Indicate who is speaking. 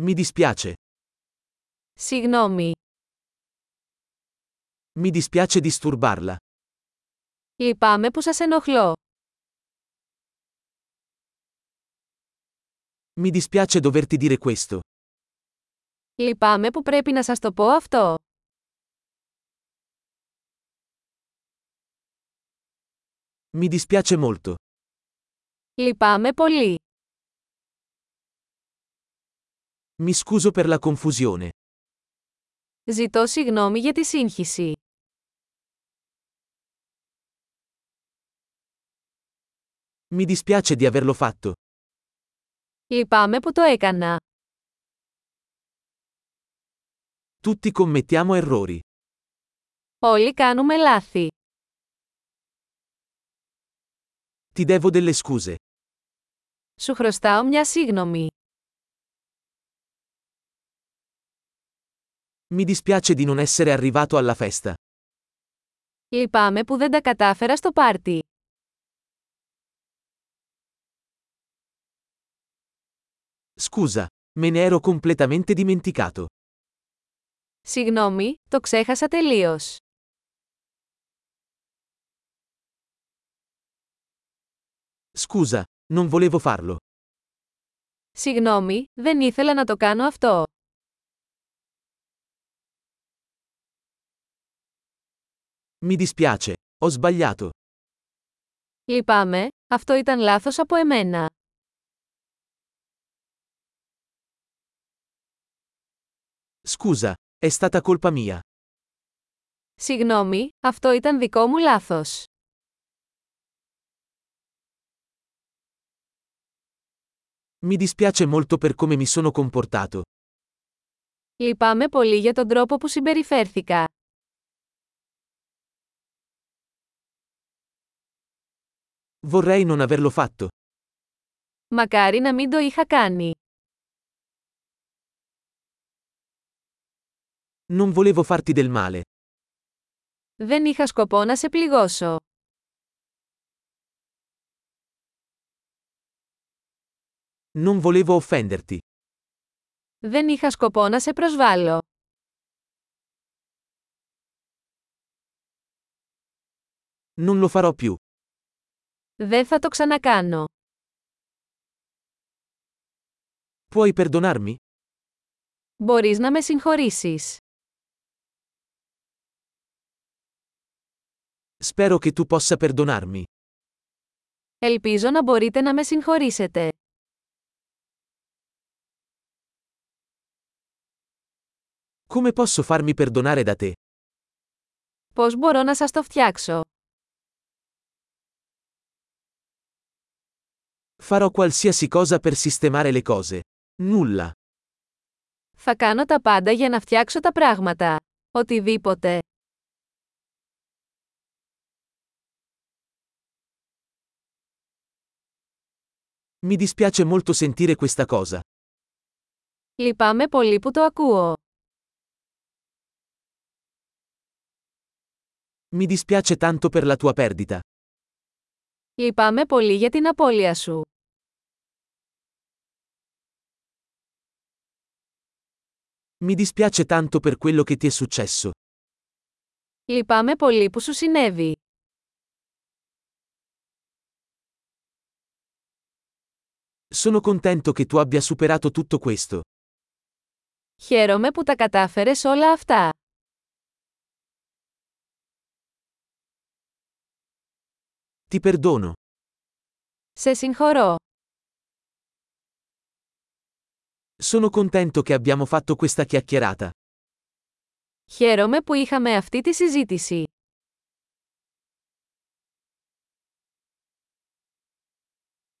Speaker 1: Mi dispiace.
Speaker 2: Συγγνώμη.
Speaker 1: Mi dispiace disturbarla.
Speaker 2: Λυπάμαι που σας ενοχλώ.
Speaker 1: Mi dispiace doverti dire questo.
Speaker 2: Λυπάμαι που πρέπει να σας το πω αυτό.
Speaker 1: Mi dispiace molto.
Speaker 2: Λυπάμαι πολύ.
Speaker 1: Mi scuso per la confusione.
Speaker 2: Ζητώ συγγνώμη για τη σύγχυση.
Speaker 1: Mi dispiace di averlo fatto.
Speaker 2: Λυπάμαι που το έκανα.
Speaker 1: Tutti commettiamo errori.
Speaker 2: Όλοι κάνουμε λάθη.
Speaker 1: Ti devo delle scuse.
Speaker 2: Σου χρωστάω μια σύγγνωμη.
Speaker 1: Mi dispiace di non essere arrivato alla festa.
Speaker 2: Λυπάμαι που δεν τα κατάφερα στο πάρτι.
Speaker 1: Scusa, me ne ero completamente dimenticato.
Speaker 2: Συγγνώμη, το ξέχασα τελείως.
Speaker 1: Scusa, non volevo farlo.
Speaker 2: Συγγνώμη, δεν ήθελα να το κάνω αυτό.
Speaker 1: Mi dispiace, ho sbagliato.
Speaker 2: Λυπάμαι, αυτό ήταν λάθος από εμένα.
Speaker 1: Scusa, è stata colpa mia.
Speaker 2: Συγγνώμη, αυτό ήταν δικό μου λάθος.
Speaker 1: Mi dispiace molto per come mi sono comportato.
Speaker 2: Λυπάμαι πολύ για τον τρόπο που συμπεριφέρθηκα.
Speaker 1: Vorrei non averlo fatto.
Speaker 2: Μακάρι να μην το είχα κάνει.
Speaker 1: Non volevo farti del male.
Speaker 2: Δεν είχα σκοπό να σε πληγώσω.
Speaker 1: Non volevo offenderti.
Speaker 2: Δεν είχα σκοπό να σε προσβάλλω.
Speaker 1: Non lo farò più.
Speaker 2: Δεν θα το ξανακάνω.
Speaker 1: Puoi perdonarmi?
Speaker 2: Μπορείς να με συγχωρήσεις.
Speaker 1: Spero che tu possa perdonarmi.
Speaker 2: Ελπίζω να μπορείτε να με συγχωρήσετε.
Speaker 1: Come posso farmi perdonare da te?
Speaker 2: Πώς μπορώ να σας το φτιάξω.
Speaker 1: Farò qualsiasi cosa per sistemare le cose. Nulla.
Speaker 2: Θα κάνω τα πάντα για να φτιάξω τα πράγματα. Οτιδήποτε.
Speaker 1: Mi dispiace molto sentire questa cosa.
Speaker 2: Λυπάμαι πολύ που το ακούω.
Speaker 1: Mi dispiace tanto per la tua perdita.
Speaker 2: Λυπάμαι πολύ για την απώλεια σου.
Speaker 1: Mi dispiace tanto per quello che ti è successo.
Speaker 2: Λυπάμαι πολύ που σου συνέβη.
Speaker 1: Sono contento che tu abbia superato tutto questo.
Speaker 2: Χαίρομαι που τα κατάφερες όλα αυτά.
Speaker 1: Ti perdono.
Speaker 2: Σε συγχωρώ.
Speaker 1: Sono contento che abbiamo fatto questa chiacchierata.
Speaker 2: Χαίρομαι που είχαμε αυτή τη συζήτηση.